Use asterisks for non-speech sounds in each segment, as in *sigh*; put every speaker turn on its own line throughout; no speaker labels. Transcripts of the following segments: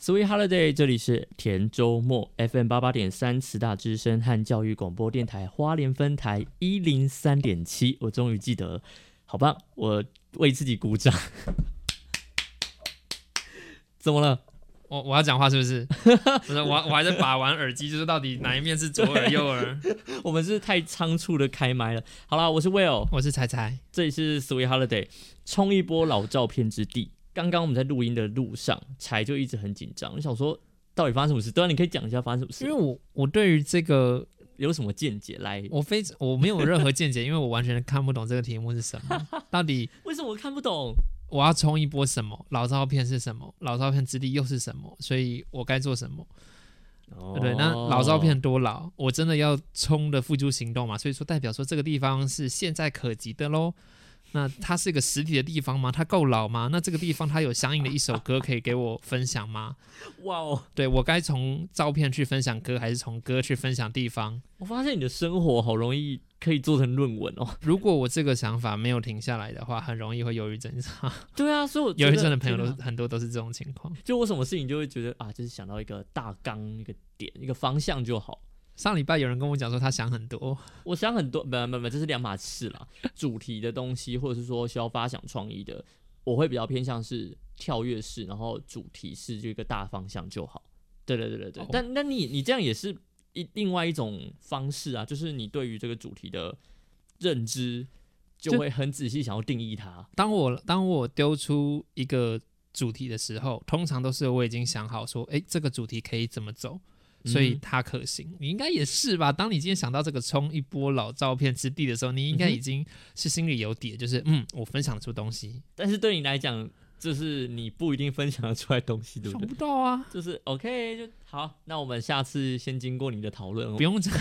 Sweet Holiday，这里是田周末 FM 八八点三，慈大之声和教育广播电台花莲分台一零三点七。我终于记得了，好棒！我为自己鼓掌。 *laughs* 怎么了？
我我要讲话是不 *laughs* 是？不是，我我还在把玩耳机，就是到底哪一面是左耳右耳？
我们是太仓促的开麦了。好啦，我是 Will，
*laughs* 我是彩彩，
这里是 Sweet Holiday，冲一波老照片之地。刚刚我们在录音的路上，柴就一直很紧张，我想说到底发生什么事？对啊，你可以讲一下发生什么
因为
事，
我我对于这个
有什么见解？来，
我非我没有任何见解，因为我完全看不懂这个题目是什 *laughs* 么，到底
为什么我看不懂？
我要冲一波什么？老照片是什么？老照片之力又是什么？所以我该做什么？对不对，那老
哦
照片多老，我真的要冲的付诸行动嘛？所以说代表说这个地方是现在可及的喽。那它是一个实体的地方吗？它够老吗？那这个地方它有相应的一首歌可以给我分享吗？
哇哦！
对我该从照片去分享歌，还是从歌去分享地方？
我发现你的生活好容易可以做成论文哦。
如果我这个想法没有停下来的话，很容易会忧
*laughs*
郁症。
对啊，所以我觉
忧
得
郁症的朋友
天
都
哪
很多都是这种情况。
就我什么事情就会觉得啊，就是想到一个大纲、一个点、一个方向就好。
上礼拜有人跟我讲说他想很多，
我想很多，没没没，这是两码事啦。主题的东西，或者是说需要发想创意的，我会比较偏向是跳跃式，然后主题式就一个大方向就好。对对对对对。
哦
但那你你这样也是一另外一种方式啊，就是你对于这个主题的认知，就
就
会很仔细想要定义它。
当我当我丢出一个主题的时候，通常都是我已经想好说，诶，这个主题可以怎么走，所以
嗯
它可行。你应该也是吧？当你今天想到这个冲一波老照片之地的时候，你应该
嗯哼
已经是心里有底，就是嗯，我分享得出东西，
但是对你来讲，就是你不一定分享得出来东西，对
想
不对？
不到啊，
就是 OK 就好，那我们下次先经过你的讨论哦
不。用讲。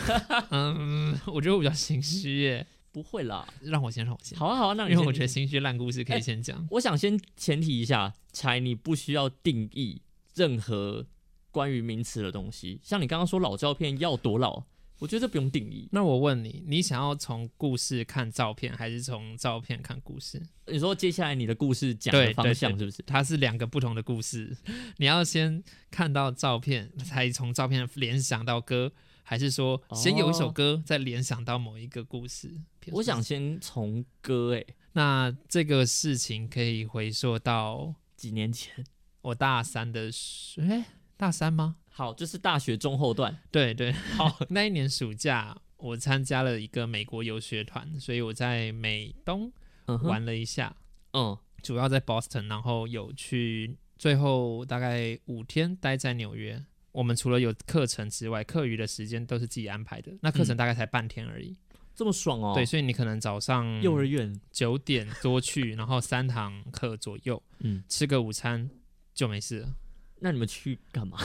嗯，我觉得我比较心虚耶，
不会啦，
让我先，让我先。
好啊好啊，那你
因为
先哎
我觉得心虚烂故事可以先讲，
我想先前提一下，柴你不需要定义任何关于名词的东西，像你刚刚说老照片要多老，我觉得这不用定义。
那我问你，你想要从故事看照片，还是从照片看故事？
你说接下来你的故事讲的
对
方
对
向
对
是不是？
它是两个不同的故事。你要先看到照片，才从照片联想到歌，还是说先有一首
哦
歌，再联想到某一个故事？比如
我
说
想，先从歌诶、欸
那这个事情可以回溯到
几年前，
我大三的暑，哎，大三吗？
好，就是大学中后段，
对对，
*laughs* 好，
那一年暑假。我参加了一个美国游学团，所以我在美东
嗯哼，
玩了一下。
嗯，
主要在 Boston，然后有去最后大概五天待在纽约。我们除了有课程之外，课余的时间都是自己安排的。那课程大概才半天而已，
这么爽嗯哦，
对，，所以你可能早上
幼儿园，
九点多去，然后三堂课左右
嗯，
吃个午餐就没事了。
那你们去干
哎
嘛？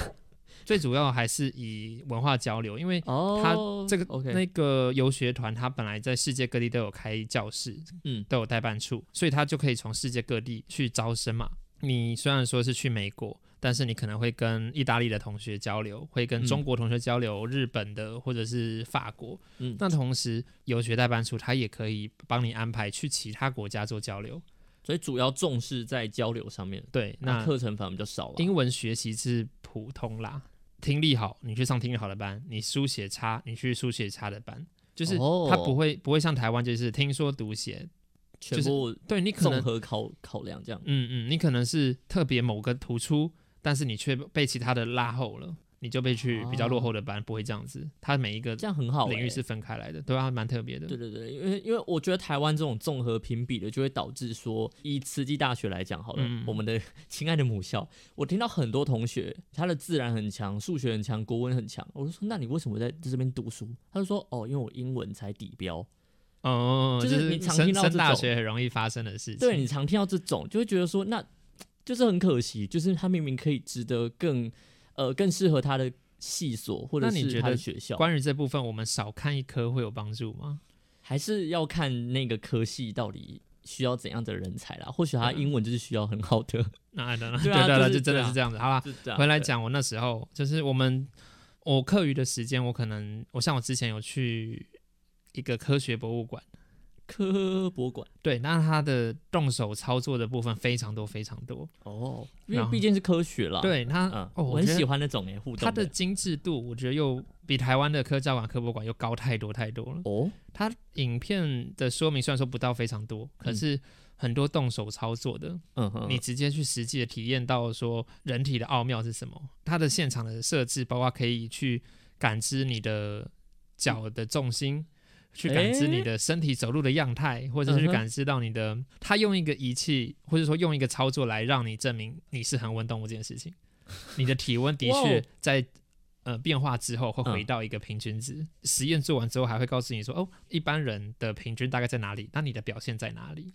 最主要还是以文化交流，因为
哦，
这个
OK，
那个游学团，它本来在世界各地都有开教室，
嗯
都有代办处，所以它就可以从世界各地去招生嘛。你虽然说是去美国，但是你可能会跟意大利的同学交流，会跟
嗯
中国同学交流，日本的或者是法国。
嗯
那同时，游学代办处它也可以帮你安排去其他国家做交流。
所以主要重视在交流上面，
对，
那
那
课程反而比较少了，啊
英文学习是普通啦，听力好，你去上听力好的班；你书写差，你去书写差的班。就是
哦
它不会、不会像台湾，就是听说读写，
全
就是
部
对你可
综 *laughs*
能，
合考考量这样。
嗯嗯，你可能是特别某个突出，但是你却被其他的拉后了，你就被去比较落后的班，不会这样子。它每一个
这样很好、欸。
领域是分开来的，对啊，蛮特别
对
的。
对对，因为因为我觉得台湾这种综合评比的，就会导致说，以慈济大学来讲好了，
嗯
我们的 *laughs* 亲爱的母校，我听到很多同学他的自然很强，数学很强，国文很强，我就说那你为什么在这边读书？他就说哦，因为我英文才底标。
哦，
就是
是
你常
升
听到
升
这
大
种
学很容易发生的事情。
对你常听到这种，就会觉得说那就是很可惜，就是他明明可以值得更呃更适合他的系所或者
那你
是
觉
他的
得
学校，
关于这部分，我们少看一科会有帮助吗？
还是要看那个科系到底。需要怎样的人才啦？或许他
对啊
英文就是需要很好的，
那 I don't know
对
对
啊
*laughs* 对
就是
就
对
真的
啊
是这样子。好
*laughs*
啦，
是这样
回来
对
讲我那时候，就是我们我课余的时间，我可能我像我之前有去一个科学博物馆，
科博馆
对，那它的动手操作的部分非常多非常多。
哦，因为
然后
毕竟是科学啦。，
对它，
嗯，
哦，
我
我
很
觉得
喜欢那种欸诶互动
它的精致度，我觉得又比台湾的科教馆、科博馆又高太多太多了。
哦，
它影片的说明虽然说不到非常多，可是很多动手操作的，
嗯哼，
你直接去实际的体验到说人体的奥妙是什么。它的现场的设置，包括可以去感知你的脚的重心。去感知你
诶
的身体走路的样态，或者是
嗯
去
哼
感知到你的，他用一个仪器，或者说用一个操作来让你证明你是恒温动物这件事情。你的体温的
哇哦
确在呃变化之后会回
嗯
到一个平均值。实验做完之后还会告诉你说，哦，一般人的平均大概在哪里？那你的表现在哪里？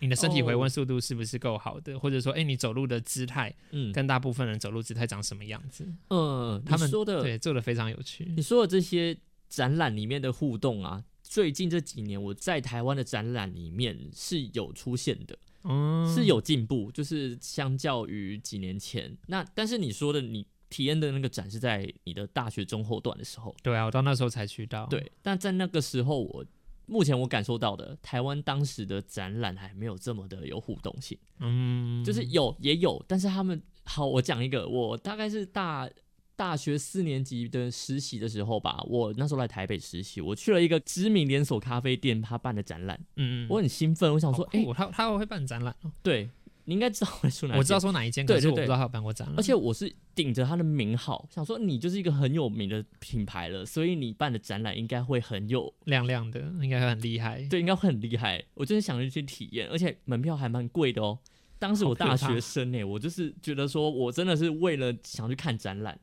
你的身体
哦
回温速度是不是够好的？或者说，哎，你走路的姿态
嗯
跟大部分人走路姿态长什么样子？
嗯，
他们
你说的
对，做的非常有趣
你。说的这些展览里面的互动啊，最近这几年我在台湾的展览里面是有出现的，
嗯，
是有进步，就是相较于几年前。那但是你说的你体验的那个展是在你的大学中后段的时候，
对啊，我到那时候才去到。
对。但在那个时候我。目前我感受到的，台湾当时的展览还没有这么的有互动性，
嗯，
就是有也有，但是他们好，我讲一个，我大概是大大学四年级的实习的时候吧，我那时候来台北实习，我去了一个知名连锁咖啡店，他办的展览，
嗯，嗯，
我很兴奋，我想
好
说，
酷
哎、
哦他他会办展览哦，
对你应该知道我在说哪，
我知道。说哪一间，
对
可是
对
我不
对
知道他有办过展览。
而且我是顶着他的名号，想说你就是一个很有名的品牌了，所以你办的展览应该会很有，
亮亮的，应该会很厉害。
对，应该会很厉害。我就是想去体验，而且门票还蛮贵的哦。当时我
好可
大
怕
学生呢、我就是觉得说我真的是为了想去看展览，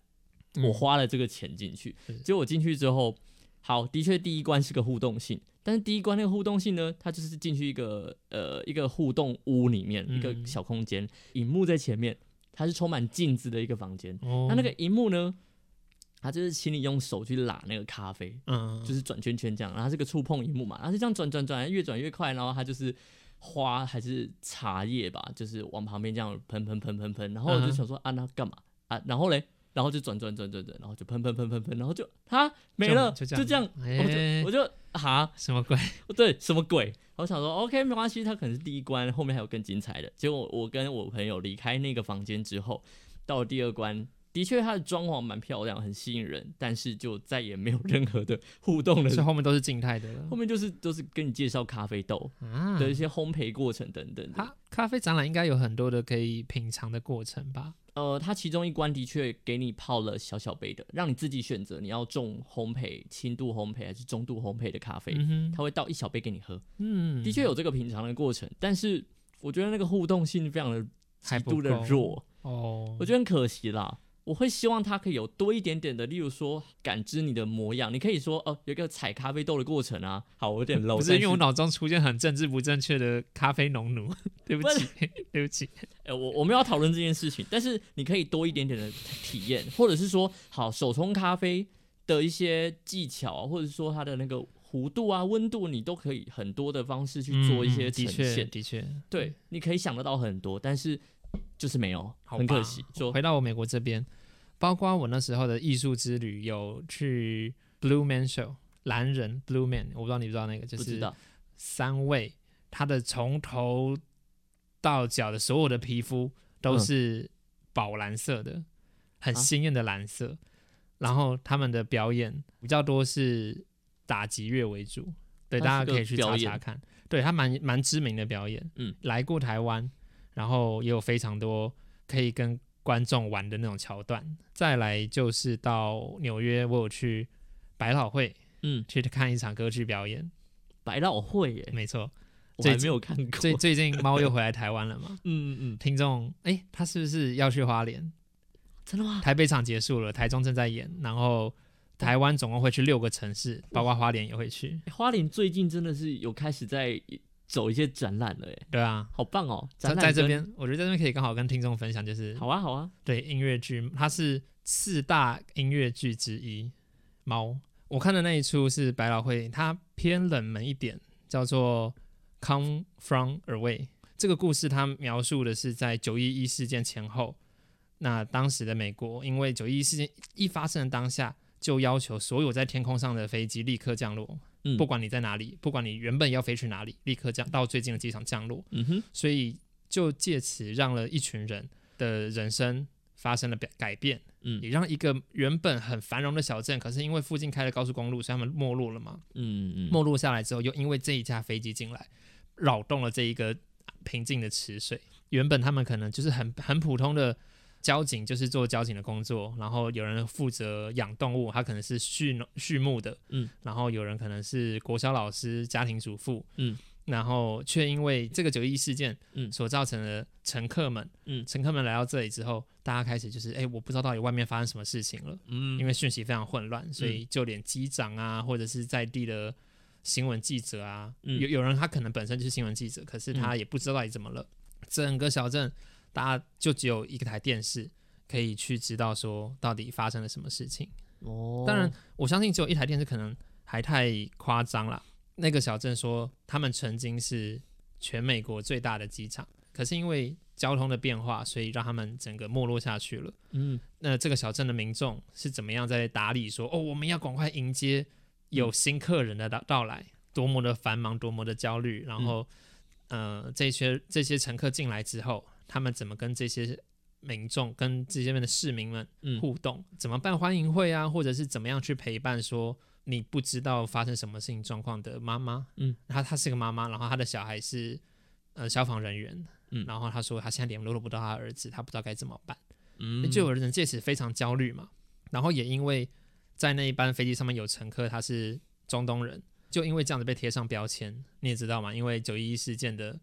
嗯，
我花了这个钱进去
是，
结果我进去之后，好，的确第一关是个互动性，但是第一关那个互动性呢，它就是进去一个呃一个互动屋里面，
嗯
一个小空间，荧幕在前面，它是充满镜子的一个房间，
哦，
它那个荧幕呢，它就是请你用手去拉那个咖啡，
嗯，
就是转圈圈这样，然后它是个触碰荧幕嘛，然后就这样转转转，越转越快，然后它就是花还是茶叶吧，就是往旁边这样喷喷喷喷喷，然
嗯
后我就想说、啊，那干嘛啊？然后嘞，然后就转转转转转，然后就喷喷喷喷喷，然后就它没了，
就
就
这样
这样，
哎
我就我就哈，
什么鬼？
对，什么鬼？我想说 OK 没关系，它可能是第一关，后面还有更精彩的。结果我跟我朋友离开那个房间之后，到了第二关。的确，它的装潢蛮漂亮，很吸引人，但是就再也没有任何的互动了
所以后面都是啊静态的
后
了
面就是都是跟你介绍咖啡豆
啊。
的一些烘焙过程等等的。
它咖啡展览应该有很多的可以品尝的过程吧？
呃，它其中一关的确给你泡了小小杯的，让你自己选择你要重烘焙、轻度烘焙还是中度烘焙的咖啡，
嗯哼，
它会倒一小杯给你喝。
嗯，
的确有这个品尝的过程，但是我觉得那个互动性非常的极
还不
度的
够
弱，
哦，
我觉得很可惜啦。我会希望它可以有多一点点的，例如说感知你的模样，你可以说哦、有一个采咖啡豆的过程啊。好，我有
*laughs*
点 low，
不是
但
因为我脑中出现很政治不正确的咖啡农奴， *laughs* 对不起，对不起，
呃，我我们要讨论这件事情，但是你可以多一点点的体验，或者是说，好手冲咖啡的一些技巧，啊或者是说它的那个弧度啊、温度，你都可以很多的方式去做一
嗯
些
嗯
呈
的
现。
确的确，
对，你可以想得到很多，但是就是没有，
好
很可
吧
惜。说
回到我美国这边，包括我那时候的艺术之旅，有去 Blue Man Show 蓝人 Blue Man，我不知道你不知道那个，就
不知
是
道，
三位，他的从头到脚的所有的皮肤都是宝蓝色的，很
嗯啊
鲜艳的蓝色。然后他们的表演比较多是打击乐为主，对，
它
大
是
家可
个
以去
表
查
演
查看。对他蛮蛮知名的表演，
嗯，
来过台湾，然后也有非常多可以跟观众玩的那种桥段。再来就是到纽约，我有去百老汇
嗯，
去看一场歌剧表演，
百老汇耶，
没错，
我
最
还没
近
有看过。
*laughs* 最最近猫又回来台湾了嘛？
嗯嗯，
听众，哎、他是不是要去花莲？
真的吗？
台北场结束了，台中正在演，然后台湾总共会去六个城市，包括花莲也会去。
哎花莲最近真的是有开始在走一些展览了，哎，
对啊，
好棒哦！
在
展览
在这
跟
边，我觉得在这边可以刚好跟听众分享，就是
好啊，好啊，
对音乐剧，它是四大音乐剧之一。猫，我看的那一出是百老汇，它偏冷门一点，叫做《Come From Away》。这个故事它描述的是在九一一事件前后，那当时的美国因为九一一事件一发生的当下，就要求所有在天空上的飞机立刻降落，
嗯
不管你在哪里，不管你原本要飞去哪里，立刻降到最近的机场降落。
嗯哼，
所以就借此让了一群人的人生发生了改改变，
嗯
也让一个原本很繁荣的小镇，可是因为附近开了高速公路，所以他们没落了嘛。
嗯嗯，
没落下来之后，又因为这一架飞机进来，扰动了这一个平静的池水。原本他们可能就是很很普通的交警，就是做交警的工作，然后有人负责养动物，他可能是畜农畜牧的，
嗯，
然后有人可能是国小老师、家庭主妇，
嗯，
然后却因为这个九一事件，
嗯
所造成的乘客们，
嗯
乘客们来到这里之后，大家开始就是，哎，我不知道到底外面发生什么事情了。
嗯，
因为讯息非常混乱，所以就连机长啊，或者是在地的新闻记者啊，
嗯
有有人他可能本身就是新闻记者，可是他也不知道到底怎么了。整个小镇大家就只有一台电视可以去知道说到底发生了什么事情。
哦，
当然，，我相信只有一台电视可能还太夸张了。那个小镇说他们曾经是全美国最大的机场，可是因为交通的变化，所以让他们整个没落下去了。
嗯
那这个小镇的民众是怎么样在打理说，哦，我们要赶快迎接
嗯
有新客人的到到来，多么的繁忙，多么的焦虑，
嗯
然后，呃，这些这些乘客进来之后，他们怎么跟这些民众、跟这些面的市民们
嗯，
互动，怎么办欢迎会啊，或者是怎么样去陪伴说你不知道发生什么事情状况的妈妈，
嗯，
她她是个妈妈，然后她的小孩是呃消防人员，
嗯
然后她说她现在联络不到她儿子，她不知道该怎么办。
嗯
就有人借此非常焦虑嘛。然后也因为在那一班飞机上面有乘客他是中东人，就因为这样子被贴上标签，你也知道嘛，因为九一一事件的，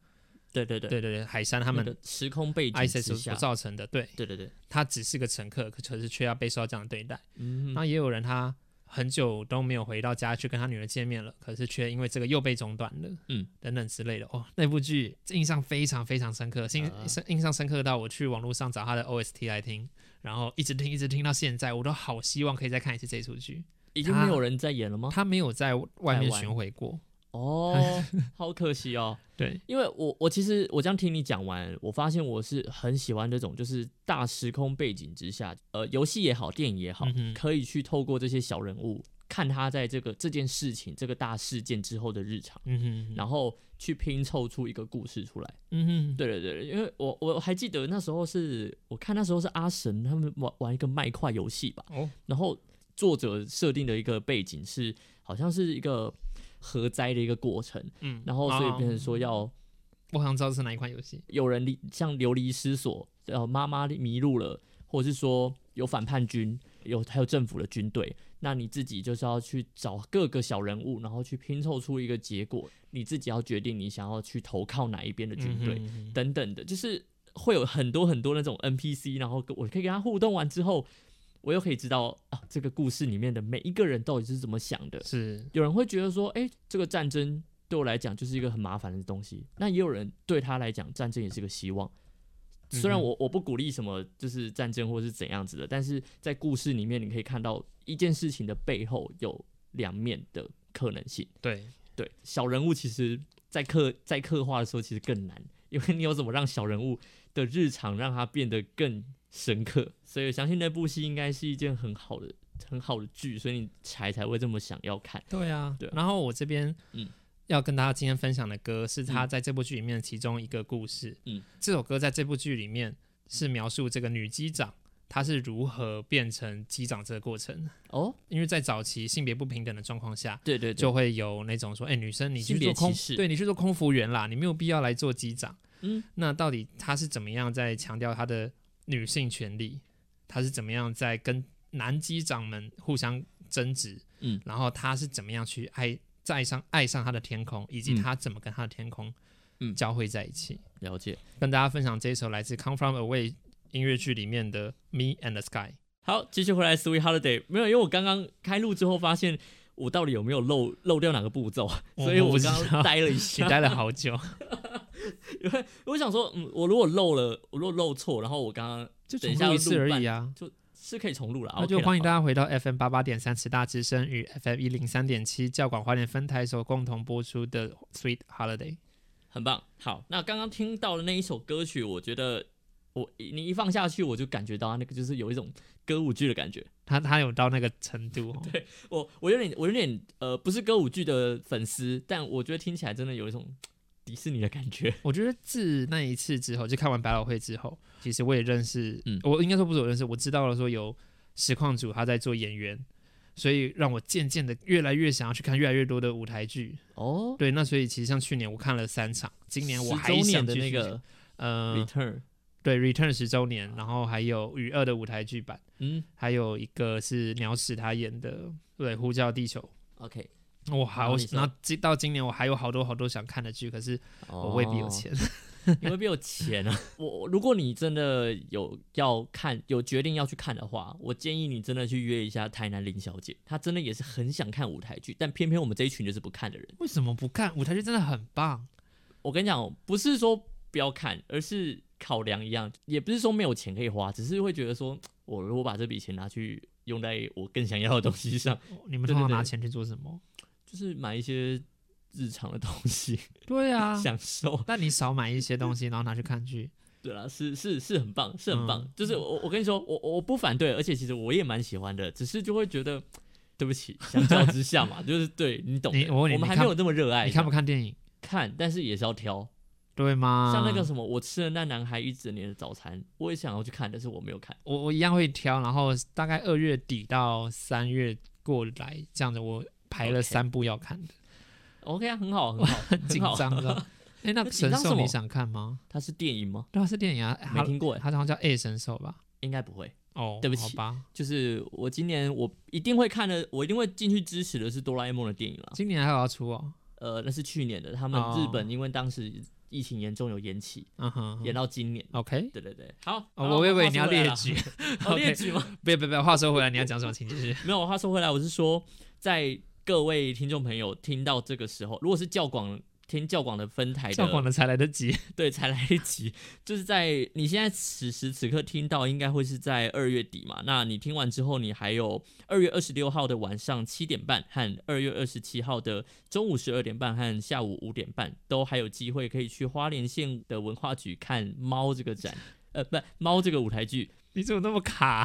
对对对，
对对对，海山他
他
们
的时空背景
ISIS
之
所
下，
造成的，对
对对对，
他只是个乘客，可可是却要被受到这样的对待。
嗯
那也有人他很久都没有回到家去跟他女儿见面了，可是却因为这个又被中断了，
嗯，
等等之类的。哦，那部剧印象非常非常深刻，印
啊
深印象深刻到我去网络上找他的 OST 来听，然后一直听一直听到现在，我都好希望可以再看一次这一出剧。
已经没有人在演了吗？
他没有在外面
台湾
巡回过， *laughs*
哦，好可惜哦。
对，
因为我我其实我这样听你讲完，我发现我是很喜欢这种就是大时空背景之下，呃，游戏也好，电影也好，
嗯哼
可以去透过这些小人物，看他在这个这件事情、这个大事件之后的日常，
嗯哼，
然后去拼凑出一个故事出来。
嗯哼，
对对对，对因为我我还记得那时候是我看那时候是阿神他们玩玩一个麦块游戏吧，
哦，
然后作者设定的一个背景是好像是一个核灾的一个过程，
嗯，
然后所以
哦
变成说要。
我好像知道是哪一款游戏，
有人离像流离失所，呃，妈妈迷路了，或者是说有反叛军，有还有政府的军队，那你自己就是要去找各个小人物，然后去拼凑出一个结果，你自己要决定你想要去投靠哪一边的军队、
嗯哼
等等的，就是会有很多很多那种 NPC，然后跟我可以跟他互动完之后，我又可以知道啊这个故事里面的每一个人到底是怎么想的，
是
有人会觉得说，哎、这个战争对我来讲就是一个很麻烦的东西。那也有人对他来讲，战争也是个希望。虽然
嗯哼
我我不鼓励什么就是战争或是怎样子的，但是在故事里面你可以看到一件事情的背后有两面的可能性。
对，
对，小人物其实在刻在刻画的时候其实更难，因为你有怎么让小人物的日常让它变得更深刻。所以我相信那部戏应该是一件很好的很好的剧，所以你才才会这么想要看。
对啊，
对啊
然后我这边
嗯
要跟大家今天分享的歌是他在这部剧里面的其中一个故事。
嗯，
这首歌在这部剧里面是描述这个女机长她是如何变成机长这个过程。
哦，
因为在早期性别不平等的状况下，
对对对，
就会有那种说，哎、女生你去
性别
做空
歧，视
对你去做空服员啦，你没有必要来做机长。
嗯，
那到底她是怎么样在强调她的女性权利？她是怎么样在跟男机长们互相争执？
嗯，
然后她是怎么样去爱在上爱上她的天空，以及
嗯
她怎么跟她的天空
嗯
交汇在一起？
了解。
跟大家分享这一首来自《Come From Away》音乐剧里面的《Me and the Sky》。
好，继续回来 Sweet Holiday，没有，因为我刚刚开录之后发现我到底有没有漏漏掉哪个步骤，啊
我
所以
我不知
刚
道
刚呆了一
你
下，
待了好久，
因为我想说，嗯，我如果漏了，我如果漏错，然后我刚刚 *laughs*
就
等
重
一下
录一
要
次
录
而
半
已啊。
是可以重录了，
那就
OK 啦
欢迎大
好
家回到 FM 八八点三十大之声与 FM 一零三点七教广花莲分台所共同播出的《Sweet Holiday》。
很棒。好，那刚刚听到的那一首歌曲，我觉得。我你一放下去，我就感觉到它那个就是有一种歌舞剧的感觉。
他他有到那个程度、哦，
对我我有点我有点呃不是歌舞剧的粉丝，但我觉得听起来真的有一种迪士尼的感觉。
我觉得自那一次之后，就看完百老汇之后，其实我也认识，
嗯
我应该说不是我认识，我知道了说有实况组他在做演员，所以让我渐渐的越来越想要去看越来越多的舞台剧。
哦，
对，那所以其实像去年我看了三场，今年我还
10周
想
年的
继
那
续
个
呃，
Return，
对，Return 十周年，然后还有《雨二》的舞台剧版，
嗯
还有一个是鸟屎他演的，对，《呼叫地球》。
，OK，
我
然
好
后哦你，说
然后今到今年我还有好多好多想看的剧，可是我未必
哦
有钱。 *laughs*
你会比我钱啊！ *laughs* 我如果你真的有要看，有决定要去看的话，我建议你真的去约一下台南林小姐，她真的也是很想看舞台剧，但偏偏我们这一群就是不看的人。
为什么不看舞台剧？真的很棒。
我跟你讲哦，不是说不要看，而是考量一样，也不是说没有钱可以花，只是会觉得说，我如果把这笔钱拿去用在我更想要的东西上，
你们
对
通常
对
拿
对
钱去做什么？
就是买一些日常的东西、 *laughs*
对啊，
享受。
那你少买一些东西，然后拿去
*laughs*
看剧。
对啦，是是是很棒，是很棒。
嗯
就是我我跟你说，我我不反对，而且其实我也蛮喜欢的，只是就会觉得，对不起，相较之下
*laughs*
嘛，就是对你懂的。
你我问你
们
你
还
看
没有那么热爱，
你看不看电影？
看？但是也是要挑。
对吗？
像那个什么，我吃了那男孩一整年的早餐，我也想要去看，但是我没有看。
我我一样会挑，然后大概二月底到三月过来这样子，我排了
OK
三部要看的，
OK 啊，很好，很好，很
紧
好。
张
*laughs*
的。哎，那
那紧
神
张什
兽
么
你想看吗？
它是电影吗？
对啊，是电影啊，
没
它
听过
它
哎，
好像叫《A 神兽》吧？
应该不会。
哦，
对不起
好吧，
就是我今年我一定会看的，我一定会进去支持的是哆啦 A 梦的电影啦。
今年还有要出哦。
呃，那是去年的，他们
哦
日本因为当时疫情严重有延期，
嗯哼
演到今年。
，OK。
对对对，好。
哦
好
我以为你要列，
话说回
举， *laughs*
来了哦
OK
列举
*laughs*
吗？
不要不要不要，话说回来，你要讲什么？请
*laughs*
继续。
没有，话说回来，我是说，在各位听众朋友听到这个时候，如果是教广听教广的分台的，
叫广的才来得及。
对，才来得及，就是在你现在此时此刻听到，应该会是在二月底嘛？那你听完之后，你还有二月二十六号的晚上七点半和二月二十七号的中午十二点半和下午五点半，都还有机会可以去花莲县的文化局看《猫》这个展。呃，不，《猫》这个舞台剧，
你怎么那么
*laughs*
卡？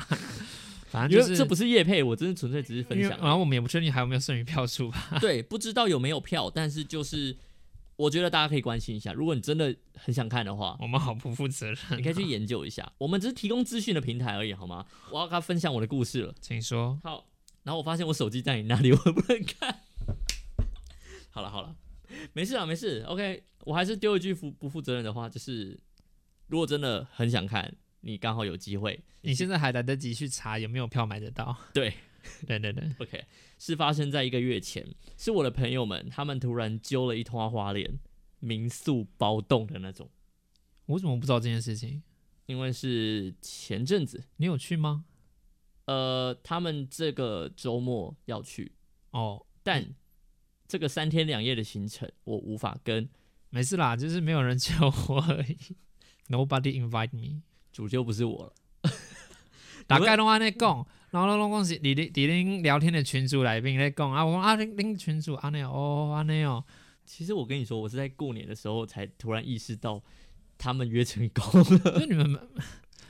反
因
正
为
就是
这啊不是叶配，我真的纯粹只是分
因为
享。啊
然后我们也不确定还有没有剩余票数吧。
对，不知道有没有票，但是就是我觉得大家可以关心一下，如果你真的很想看的 *laughs* 话，
我们好不负责任。
你可以去研究一下。我们只是提供资讯的平台而已，好吗？我要跟他分享我的故事了。*laughs*
请说。
好，然后我发现我手机在你那里，我不能看。好了好了，没事啊，没事。OK，我还是丢一句不不负责任的话，就是如果真的很想看，你刚好有机会。
你现在还来得及去查有没有票买得到？
对，
*laughs* 对对对，
OK，是发生在一个月前，是我的朋友们，他们突然揪了一通花莲民宿包栋的那种，
我怎么不知道这件事情？
因为是前阵子，
你有去吗？
呃，他们这个周末要去，
哦，
但这个三天两夜的行程我无法跟，
没事啦，就是没有人叫我而已。Nobody invite me。
主就不是我了。
大概拢安尼讲，然后拢讲是伫恁伫恁聊天的群组内面咧讲啊，我讲啊恁恁群组安尼哦安尼哦，
其实我跟你说，我是在过年的时候才突然意识到他们约成功了。
*laughs* 所以你们蛮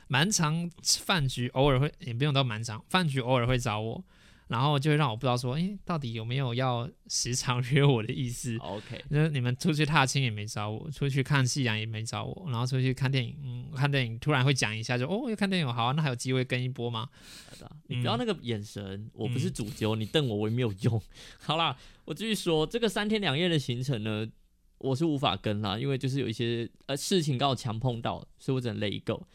蛮常饭局，偶尔会也不用到蛮常饭局，偶尔会找我，然后就会让我不知道说，诶，到底有没有要时常约我的意思？
OK，
就是你们出去踏青也没找我，出去看夕阳也没找我，然后出去看电影，嗯，看电影突然会讲一下就，哦，要看电影，好、啊，那还有机会跟一波吗？
好的你不要
嗯
那个眼神，我不是主揪，你瞪我我也没有用。 *laughs* 好啦，我继续说这个三天两夜的行程呢，我是无法跟啦，因为就是有一些呃事情刚好强碰到，所以我只能 let it go。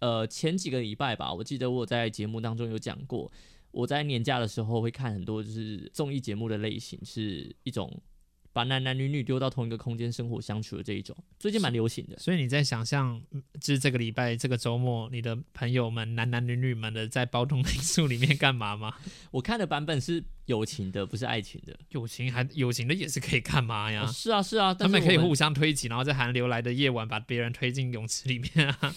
呃，前几个礼拜吧，我记得我在节目当中有讲过，我在年假的时候会看很多就是综艺节目的类型，是一种把男男女女丢到同一个空间生活相处的这一种，最近蛮流行的。
所以你在想象，嗯就是这个礼拜、这个周末，你的朋友们男男女女们的在包栋民宿里面干嘛吗？
我看的版本是友情的，不是爱情的。
友情还友情的也是可以干嘛呀？
哦是啊，是啊，
他
但是
们可以
我
互相推挤，然后在寒流来的夜晚把别人推进泳池里面
*laughs*
啊！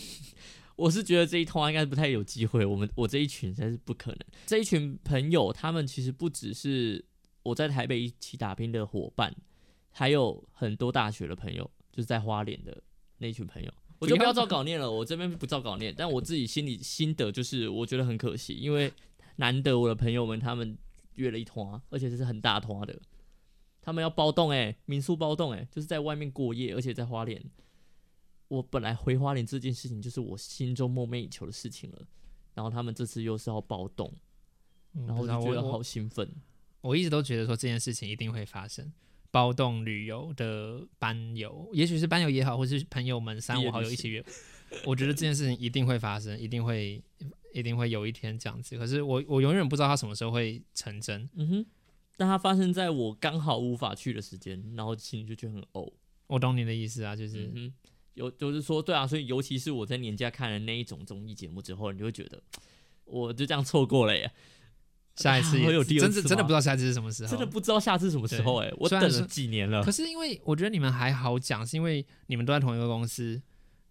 我是觉得这一通话应该不太有机会，我们我这一群才是不可能。这一群朋友，他们其实不只是我在台北一起打拼的伙伴，还有很多大学的朋友，就是在花莲的那一群朋友。我就不要照稿念了，我这边不照稿念，但我自己心里心得就是，我觉得很可惜，因为难得我的朋友们他们约了一团，而且这是很大团的，他们要包栋哎、民宿包栋哎、就是在外面过夜，而且在花莲。我本来回花莲这件事情就是我心中梦寐以求的事情了，然后他们这次又是要包栋，
嗯
然后
不
我
知
就
道
觉
我
得
我
好兴奋。
我一直都觉得说这件事情一定会发生，包动旅游的班游，也许是班游也好，或是朋友们三
毕业
五好
旅
友一起
行
约，我觉得这件事情一定会发生，一定会，一定会有一天这样子。可是我我永远不知道它什么时候会成真。
嗯哼，但它发生在我刚好无法去的时间，然后心里就觉得很呕。
我懂你的意思啊，就是、
嗯哼，有就是说，对啊，所以尤其是我在年假看了那一种综艺节目之后，你就会觉得我就这样错过了耶，
下一次也
还有第二
真
次
的真的
吗
不知道下一次是什么时候，
真的不知道下次什么时候哎，我
虽
等
然
了
是
几年了
可。是因为我觉得你们还好讲，是因为你们都在同一个公司，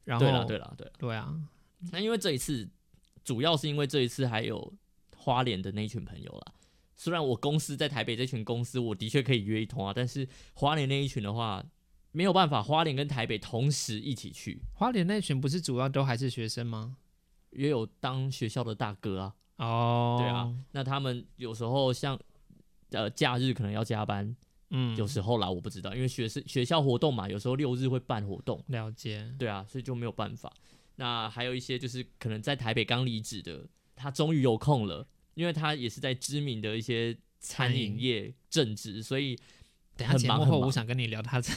然后
对了对了对了，
对啊，
那因为这一次主要是因为这一次还有花莲的那一群朋友啦。虽然我公司在台北这群公司，我的确可以约一通啊，但是花莲那一群的话，没有办法，花莲跟台北同时一起去，
花莲那群不是主要都还是学生吗？
也有当学校的大哥啊，
哦，
对啊，，那他们有时候像呃假日可能要加班，
嗯，
有时候啦我不知道，因为学生学校活动嘛，有时候六日会办活动，
了解，
对啊，所以就没有办法。那还有一些就是可能在台北刚离职的，他终于有空了，因为他也是在知名的一些餐饮业正职，所以
等一下
很
节
忙
目
很
后，我
忙
想跟你聊他 *laughs* 这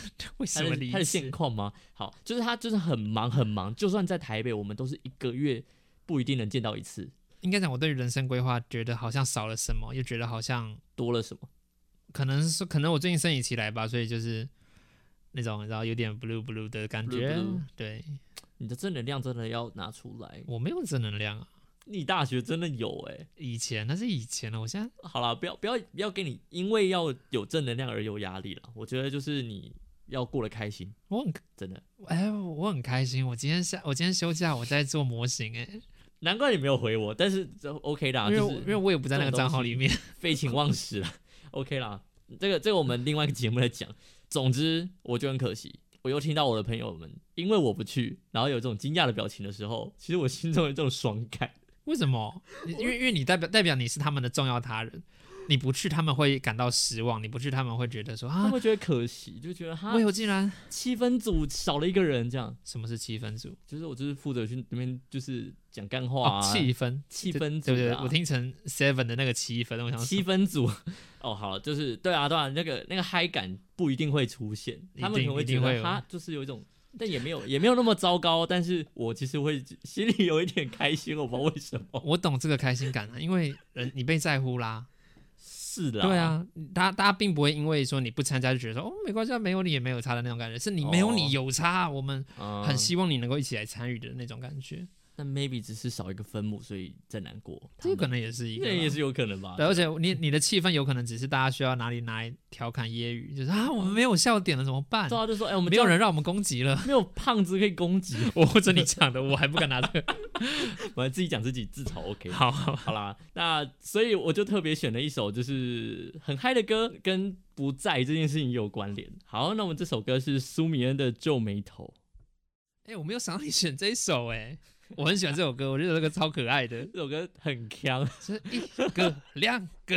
他
为什么
的
离
他的
职
现况吗？好，就是他就是很忙很忙，就算在台北，我们都是一个月不一定能见到一次，
应该讲，我对于人生规划觉得好像少了什么，又觉得好像
多了什么？
可能是可能我最近生理期来吧，所以就是那种你知道有点 blue blue 的感
blue
觉。
blue
对
你的正能量真的要拿出来，
我没有正能量啊，
你大学真的有哎、
以前那是以前了，我现在
好啦，不要不要不要给你，因为要有正能量而有压力了。我觉得就是你要过得开心，
我很
真的。
哎，我很开心，我今天下我今天休假，我在做模型哎、
难怪你没有回我，但是这 OK 啦，
因为
啊就
我因为
是
我也不在那个账号里面。
废寝忘食啦 *laughs* ，OK 啦。这个这个我们另外一个节目来讲。总之，我觉得很可惜，我又听到我的朋友们因为我不去，然后有这种惊讶的表情的时候，其实我心中有这种爽感。
为什么？你因为因为你代表代表你是他们的重要他人，你不去他们会感到失望，你不去他们会觉得说
他
啊
们，会觉得可惜，就觉得哈
为，何竟然
七分组少了一个人，这样
什么是七分组？
就是我就是负责去那边就是讲干话、啊，，
哦气氛，
气氛组
对不对？
的啊
我听成 seven 的那个七分，我想
七分组 *laughs* 哦，好了，就是对啊，对啊，那个那个嗨感不一定会出现，
一
他们可
定
能会
一
觉
定会
得
有
他就是有一种，但也没有也没有那么糟糕，但是我其实会心里有一点开心，我不知道为什么， *laughs*
我懂这个开心感啊，因为人你被在乎啦，
是啦，
对，啊，大家大家并不会因为说你不参加就觉得说哦没关系，啊，没有你也没有差的那种感觉，是你没有
哦
你有差啊，我们
嗯
很希望你能够一起来参与的那种感觉，
那 maybe 只是少一个分母，所以在难过，
这个可能也是一
应
个
该
啦，
也是有可能吧
对，，而且你你的气氛有可能只是大家需要哪里拿来调侃揶揄，就是啊，我们没有笑点了，怎么办
对？啊，就说哎、我们
没有
这样
人让我们攻击
*laughs*
了。
没有胖子可以攻击， *laughs*
我或者你讲的，我还不敢拿这个。
我还自己讲自己自嘲，OK，
好好，
好啦，那所以我就特别选了一首就是很嗨的歌，跟不在这件事情也有关联。好，那我们这首歌是苏米恩的《皱眉头
哎、我没有想到你选这一首、哎，我很喜欢这首歌，我觉得这个超可爱的》，，
这首歌很强。
是一个、两个、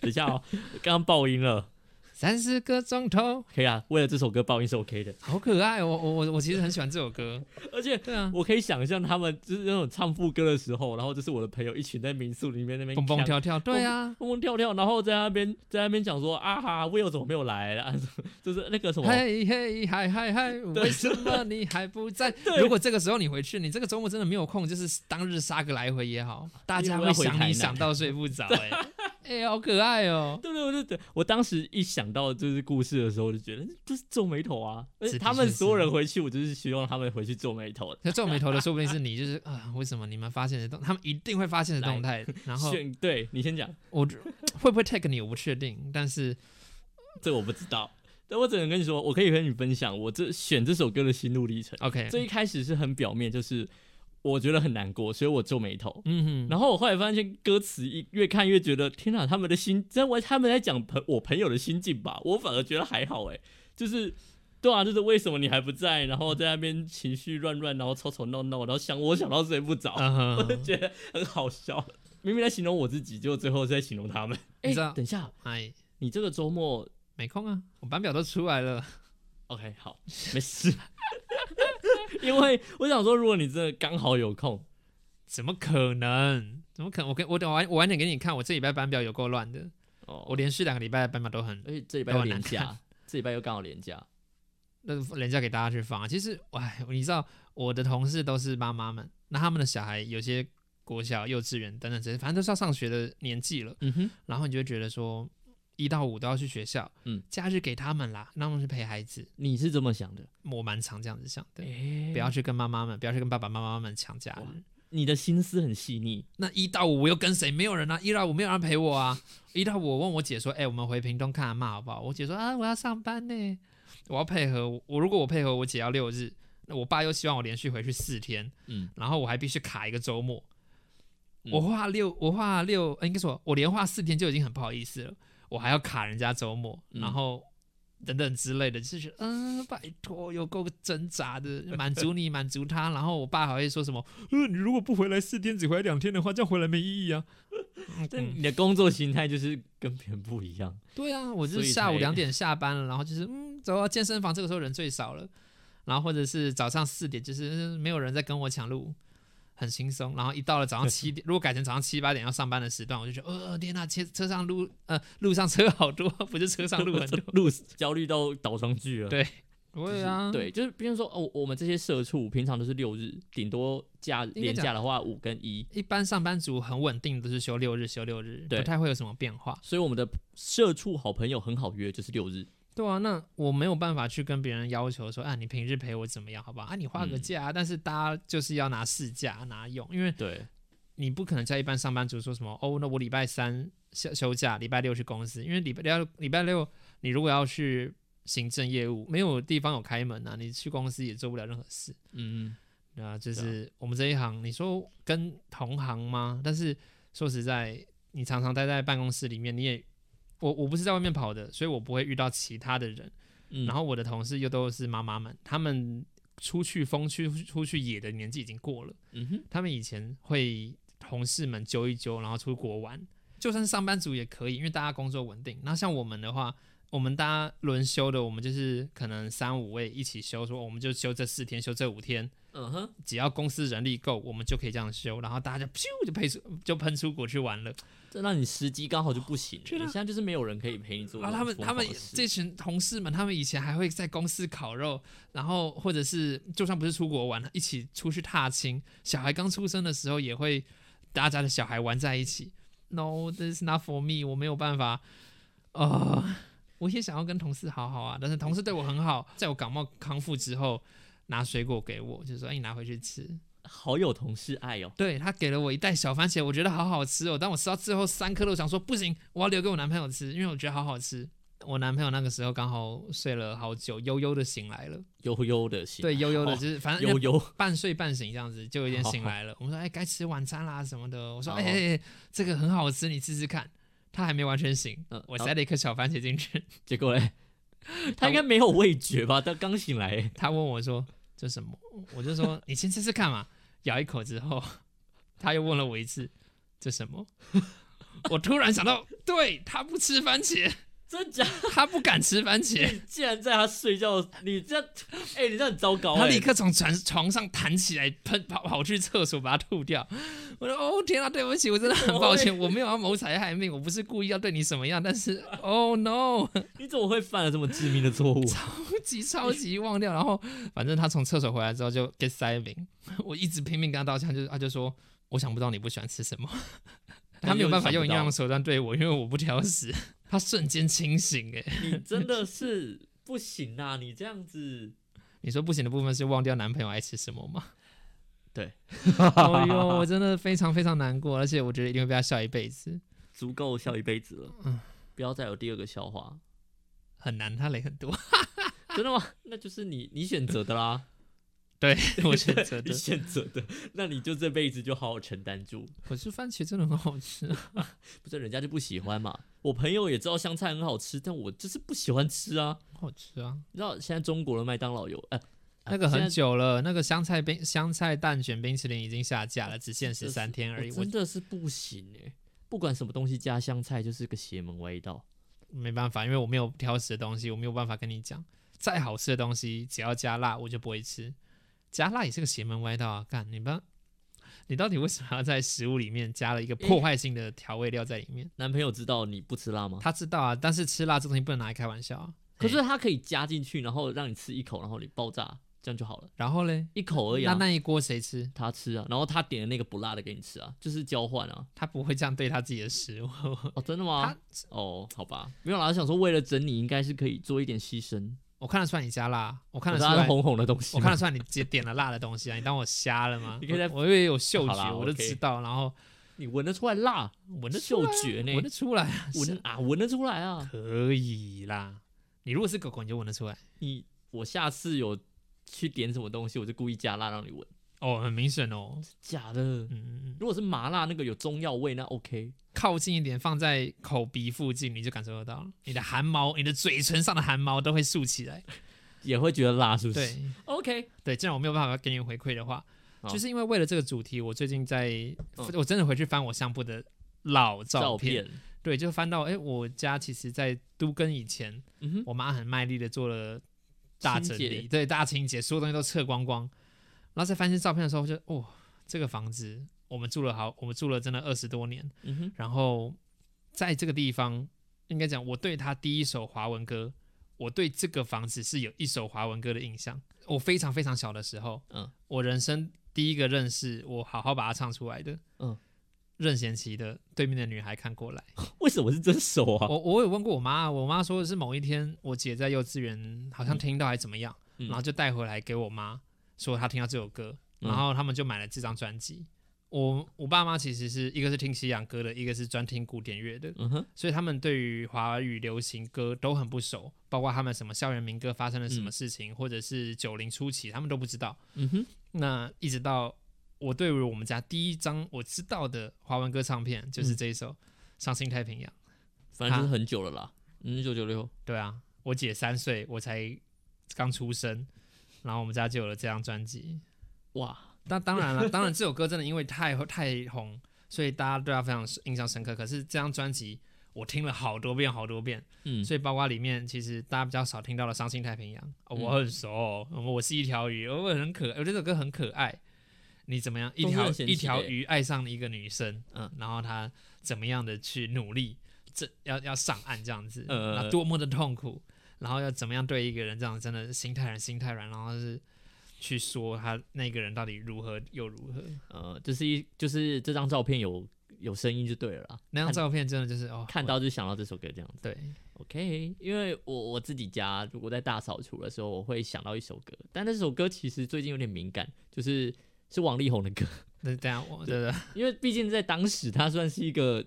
等一下哦，刚刚爆音了，
三四个钟头，
可以啊。为了这首歌爆音是 OK 的，
好可爱、哦。我我我我其实很喜欢这首歌。
而且
对啊，
我可以想象他们就是那种唱副歌的时候，然后就是我的朋友一群在民宿里面那边
蹦蹦
呛
跳跳，对啊，
蹦蹦跳跳，然后在那边在那边讲说啊哈，Will 怎么没有来啊？ *laughs* 就是那个什么，
嘿嘿嗨嗨嗨，
对
为什么你还不 *laughs* 在？如果这个时候你回去，你这个周末真的没有空，就是当日杀个来回也 *laughs* 好，大家会
因为我要回台
想
南
你想到睡不着、哎 *laughs* 哎、好可爱哦、
对对，我就觉得我当时一想到就是故事的时候，我就觉得就是皱眉头啊。而且
是的
他们
确
所有
是
人回去，我就是希望他们回去皱眉头，
那皱眉头的说不定是你，就是啊、为什么你们发现的动，他们一定会发现的动态。 *laughs* 然后
选对你先讲，
我就会不会 tag 你，我不确定，但是
这我不知道，但我只能跟你说，我可以跟你分享我这选这首歌的心路历程。
OK，
最一开始是很表面，就是我觉得很难过，所以我皱眉头。
嗯哼，
然后我后来发现歌词一越看越觉得，天哪，他们的心在我他们在讲朋我朋友的心境吧，我反而觉得还好哎，就是对啊，就是为什么你还不在，然后在那边情绪乱乱，然后吵吵闹闹，然后想我想到睡不着，
嗯哼 *laughs*
我就觉得很好笑。明明在形容 *laughs* 嗯我自己，结果最后是在形容他们。
你
哎、
知道
等一下，
哎，
你这个周末
没空啊，我班表都出来了。
OK *laughs* 好，没事。因为我想说，如果你真的刚好有空，
怎么可能？怎么可能？我给我我晚我晚点给你看，我这礼拜班表有够乱的，
哦，
我连续两个礼拜的班表都很，
而且这礼拜
都
又
很
连
难
假，这礼拜又刚好连假，
那人家给大家去放啊。其实，哎，你知道我的同事都是妈妈们，那他们的小孩有些国小、幼稚园等等这些，反正都是要上学的年纪了，
嗯哼，
然后你就会觉得说。一到五都要去学校，
嗯，
假日给他们啦，让他们去陪孩子。
你是这么想的？
我蛮常这样子想的，
哎
不要去跟妈妈们，不要去跟爸爸妈妈们抢假
哇
日。
你的心思很细腻，
那一到五我又跟谁？没有人啊！一到五没有人陪我啊！一到五我问我姐说：“哎、我们回屏东看阿妈好不好？”我姐说：“啊，我要上班呢，我要配合我。如果我配合我姐要六日，那我爸又希望我连续回去四天，
嗯，
然后我还必须卡一个周末。
嗯
我画六，我画六，呃应该说我连画四天就已经很不好意思了，我还要卡人家周末，
嗯
然后等等之类的，就是嗯，拜托，有够挣扎的，满足你， *laughs* 满足他，然后我爸还会说什么，嗯，你如果不回来四天，只回来两天的话，这样回来没意义啊。嗯
但
嗯
你的工作形态就是跟别人不一
*laughs*
样。
对啊，我就
所
是
以
下午
才。
两点下班了，然后就是嗯，走到健身房，这个时候人最少了，然后或者是早上四点，就是嗯没有人在跟我抢路，很轻松。然后一到了早上七 *laughs* 点，如果改成早上七八点要上班的时段，我就觉得哦天呐，车车上路呃路上车好多， *laughs* 不是车上路 *laughs* 很多
路焦虑到倒上去了。
对对啊，
对，就是比如说哦，我们这些社畜平常都是六日，顶多假
该
连假的话五跟一，
一般上班族很稳定，都是休六日，休六日，
对
不太会有什么变化。
所以我们的社畜好朋友很好约，就是六日。
对啊，那我没有办法去跟别人要求说，啊，你平日陪我怎么样，好不好？啊，你花个
嗯
假啊，但是大家就是要拿事假拿用，因为
对，
你不可能叫一般上班族说什么哦，那我礼拜三休休假，礼拜六去公司，因为礼拜六礼拜六你如果要去行政业务，没有地方有开门啊，你去公司也做不了任何事，
嗯，
对啊，就
对啊
是我们这一行，你说跟同行吗？但是说实在，你常常待在办公室里面，你也我我不是在外面跑的，所以我不会遇到其他的人，
嗯
然后我的同事又都是妈妈们，他们出去风去出去野的年纪已经过了。
嗯哼，
他们以前会同事们揪一揪，然后出国玩，就算是上班族也可以，因为大家工作稳定。那像我们的话，我们大家轮休的，我们就是可能三五位一起休，说我们就休这四天，休这五天，
嗯哼，
只要公司人力够，我们就可以这样休，然后大家就咻就喷出就喷出国去玩了。
这让你时机刚好就不行了，
觉
你
得
现在就是没有人可以陪你做这
然
种
后他们
疯
他
狂的
们
事。
这群同事们，他们以前还会在公司烤肉，然后或者是就算不是出国玩，一起出去踏青。小孩刚出生的时候也会大家的小孩玩在一起。No, this is not for me，我没有办法。呃，我也想要跟同事好好啊，但是同事对我很好，在我感冒康复之后。拿水果给我，就说：“哎，你拿回去吃。
好有同事爱哦，
对”他给了我一袋小番茄，我觉得好好吃哦。当我吃到最后三颗肉，想说不行，我要留给我男朋友吃，因为我觉得好好吃。我男朋友那个时候刚好睡了好久，悠悠的醒来了。
悠悠的心， *laughs*
对，悠悠的，
哦
就是反正
悠悠，
半睡半醒这样子，就有点醒来了。我们说，哎、该吃晚餐啦什么的。
哦
我说，哎、哎哎这个很好吃，你试试看。他还没完全醒，
嗯
我塞了一颗小番茄进去。
结果嘞，他应该没有味觉吧？他刚醒来，
他问我说，这什么？我就说，你先试试看嘛。 *laughs* 咬一口之后，他又问了我一次，这什么？我突然想到，对他不吃番茄， *laughs*
真假？
他不敢吃番茄。
*laughs* 竟然在他睡觉，你这样，哎、你这样很糟糕、哎
他立刻从床床上弹起来，喷跑跑去厕所把它吐掉。我说：“哦天啊，对不起，我真的很抱歉，我没有要谋财害命，我不是故意要对你什么样，但是哦 no，
你怎么会犯了这么致命的错 *laughs* 误？
*laughs* 超级超级忘掉。然后反正他从厕所回来之后就 get 塞饼， *laughs* 我一直拼命跟他道歉，他就他就说我想不到你不喜欢吃什么，他没有办法用一样的手段对我，因为我不挑食。 *laughs* 他瞬间清醒，哎，
你真的是不行啊！你这样子，
你说不行的部分是忘掉男朋友爱吃什么吗？
对，
哎呦，我真的非常非常难过，而且我觉得一定会被他笑一辈子，
足够笑一辈子了。
嗯
不要再有第二个笑话，
很难，他雷很多。
*laughs* 真的吗？那就是你你选择的啦。
对 *laughs* 我选择
*laughs* 你
的。
选择的， *laughs* 那你就这辈子就好好承担住。
可是番茄真的很好吃啊，
不是人家就不喜欢嘛？我朋友也知道香菜很好吃，但我就是不喜欢吃啊。
很好吃啊。
你知道现在中国的麦当劳有呃
那个
现
很
在
久了，那个香菜冰香菜蛋卷冰淇淋已经下架了，只限
这
十三
是
天而已。
我
我
哦真的是不行哎、不管什么东西加香菜就是个邪门歪道。
没办法，因为我没有挑食的东西，我没有办法跟你讲。再好吃的东西，只要加辣，我就不会吃。加辣也是个邪门歪道啊！干，你不要，你到底为什么要在食物里面加了一个破坏性的调味料在里面？
男朋友知道你不吃辣吗？
他知道啊，但是吃辣这东西不能拿来开玩笑啊。
可是他可以加进去，然后让你吃一口，然后你爆炸，这样就好了，
然后嘞，
一口而已、
那
啊。
那一锅谁吃？
他吃啊，然后他点的那个不辣的给你吃啊，就是交换啊。
他不会这样对他自己的食物。 *laughs*
哦，真的吗？哦，好吧，没有啦，我想说为了整你，应该是可以做一点牺牲。
我看得出来你加辣，啊我看得出
我知道
来
是红红的东西
我
吗，
看得出来你直接点了辣的东西啊！你当我瞎了吗？
你可以再
我我以为有嗅
好啦
觉，我就
OK
知道，然后
你闻得出来辣，
闻得
嗅
出来啊
觉呢
闻得出来啊，
闻
是
啊闻得出来啊。
可以啦。你如果是狗狗，你就闻得出来。
你我下次有去点什么东西，我就故意加辣让你闻，
哦，很明显哦。
假的。
嗯，
如果是麻辣那个有中药味，那 OK。
靠近一点，放在口鼻附近，你就感受得到了。你的汗毛，你的嘴唇上的汗毛都会竖起来。
也会觉得辣，是不是？
对
，OK，
对，既然我没有办法给你回馈的话，
好
就是因为为了这个主题，我最近在，
嗯
我真的回去翻我相簿的老
照
照片，对，就翻到哎、诶我家其实，在都跟以前，
嗯哼，
我妈很卖力的做了大整
清
理，
洁
对，大清洁，所有东西都撤光光。然后在翻新照片的时候就，哦，这个房子我们住了好，我们住了真的二十多年。
嗯哼，
然后在这个地方，应该讲我对他第一首华文歌，我对这个房子是有一首华文歌的印象。我非常非常小的时候，
嗯，
我人生第一个认识，我好好把它唱出来的，
嗯，
任贤齐的《对面的女孩看过来》。
为什么是这首啊？
我我有问过我妈，我妈说是某一天我姐在幼稚园好像听到还怎么样，
嗯
然后就带回来给我妈，说她听到这首歌，
嗯
然后他们就买了这张专辑。我我爸妈其实是一个是听西洋歌的，一个是专听古典乐的，
嗯哼，
所以他们对于华语流行歌都很不熟，包括他们什么校园民歌发生了什么事情，或者是九零初期，他们都不知道。
嗯哼，
那一直到我对于我们家第一张我知道的华文歌唱片，就是
嗯
这一首《伤心太平洋》。
反正就是很久了啦，嗯，九九六，
对啊，我姐三岁，我才刚出生，然后我们家就有了这张专辑。
哇，
那当然了，当然这首歌真的因为太太红，所以大家对她非常印象深刻。可是这张专辑我听了好多遍好多遍，
嗯，
所以包括里面其实大家比较少听到的《伤心太平洋》哦
嗯
我很熟哦、我是一条鱼，哦我很可爱，我觉得这首歌很可爱。你怎么样？一
都是
条
很神奇
一条
的
鱼爱上了一个女生，
嗯
嗯，然后她怎么样的去努力，这要要上岸这样子，
呃
那多么的痛苦，然后要怎么样对一个人这样，真的心太软，心太软，然后是去说他那个人到底如何又如何。
呃，就是一就是这张照片有有声音就对了啦，
那张照片真的就是哦，
看到就想到这首歌这样子。
对，
OK，因为我我自己家如果在大扫除的时候，我会想到一首歌，但那首歌其实最近有点敏感，就是是王力宏的歌，
那等一下我对对，
因为毕竟在当时他算是一个，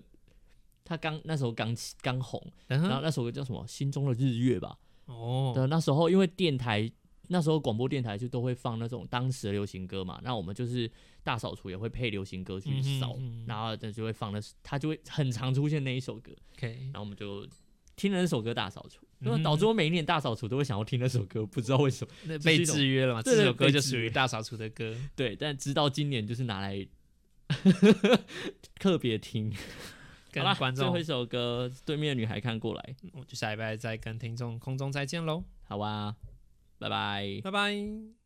他刚那时候刚起刚红，
然
然后
后
那首歌叫什么《心中的日月》吧？
哦，
对，那时候因为电台那时候广播电台就都会放那种当时的流行歌嘛，那我们就是大扫除也会配流行歌去扫，
嗯哼嗯哼
然后就就会放那，他就会很常出现那一首歌，
，OK，
然后我们就听了那首歌大扫除，那么
嗯
导致我每一年大扫除都会想要听那首歌，不知道为什么。
那
这是
被
一种
制约了嘛？
对对
这首歌
被
就
制
属于
约
大扫除的歌。
对，但直到今年就是拿来 *laughs* 特别听。
跟
好啦
观
最后
众
一，首歌，对面的女孩看过来，
我就下礼拜再跟听众空中再见喽，
好吧，拜拜。
拜拜。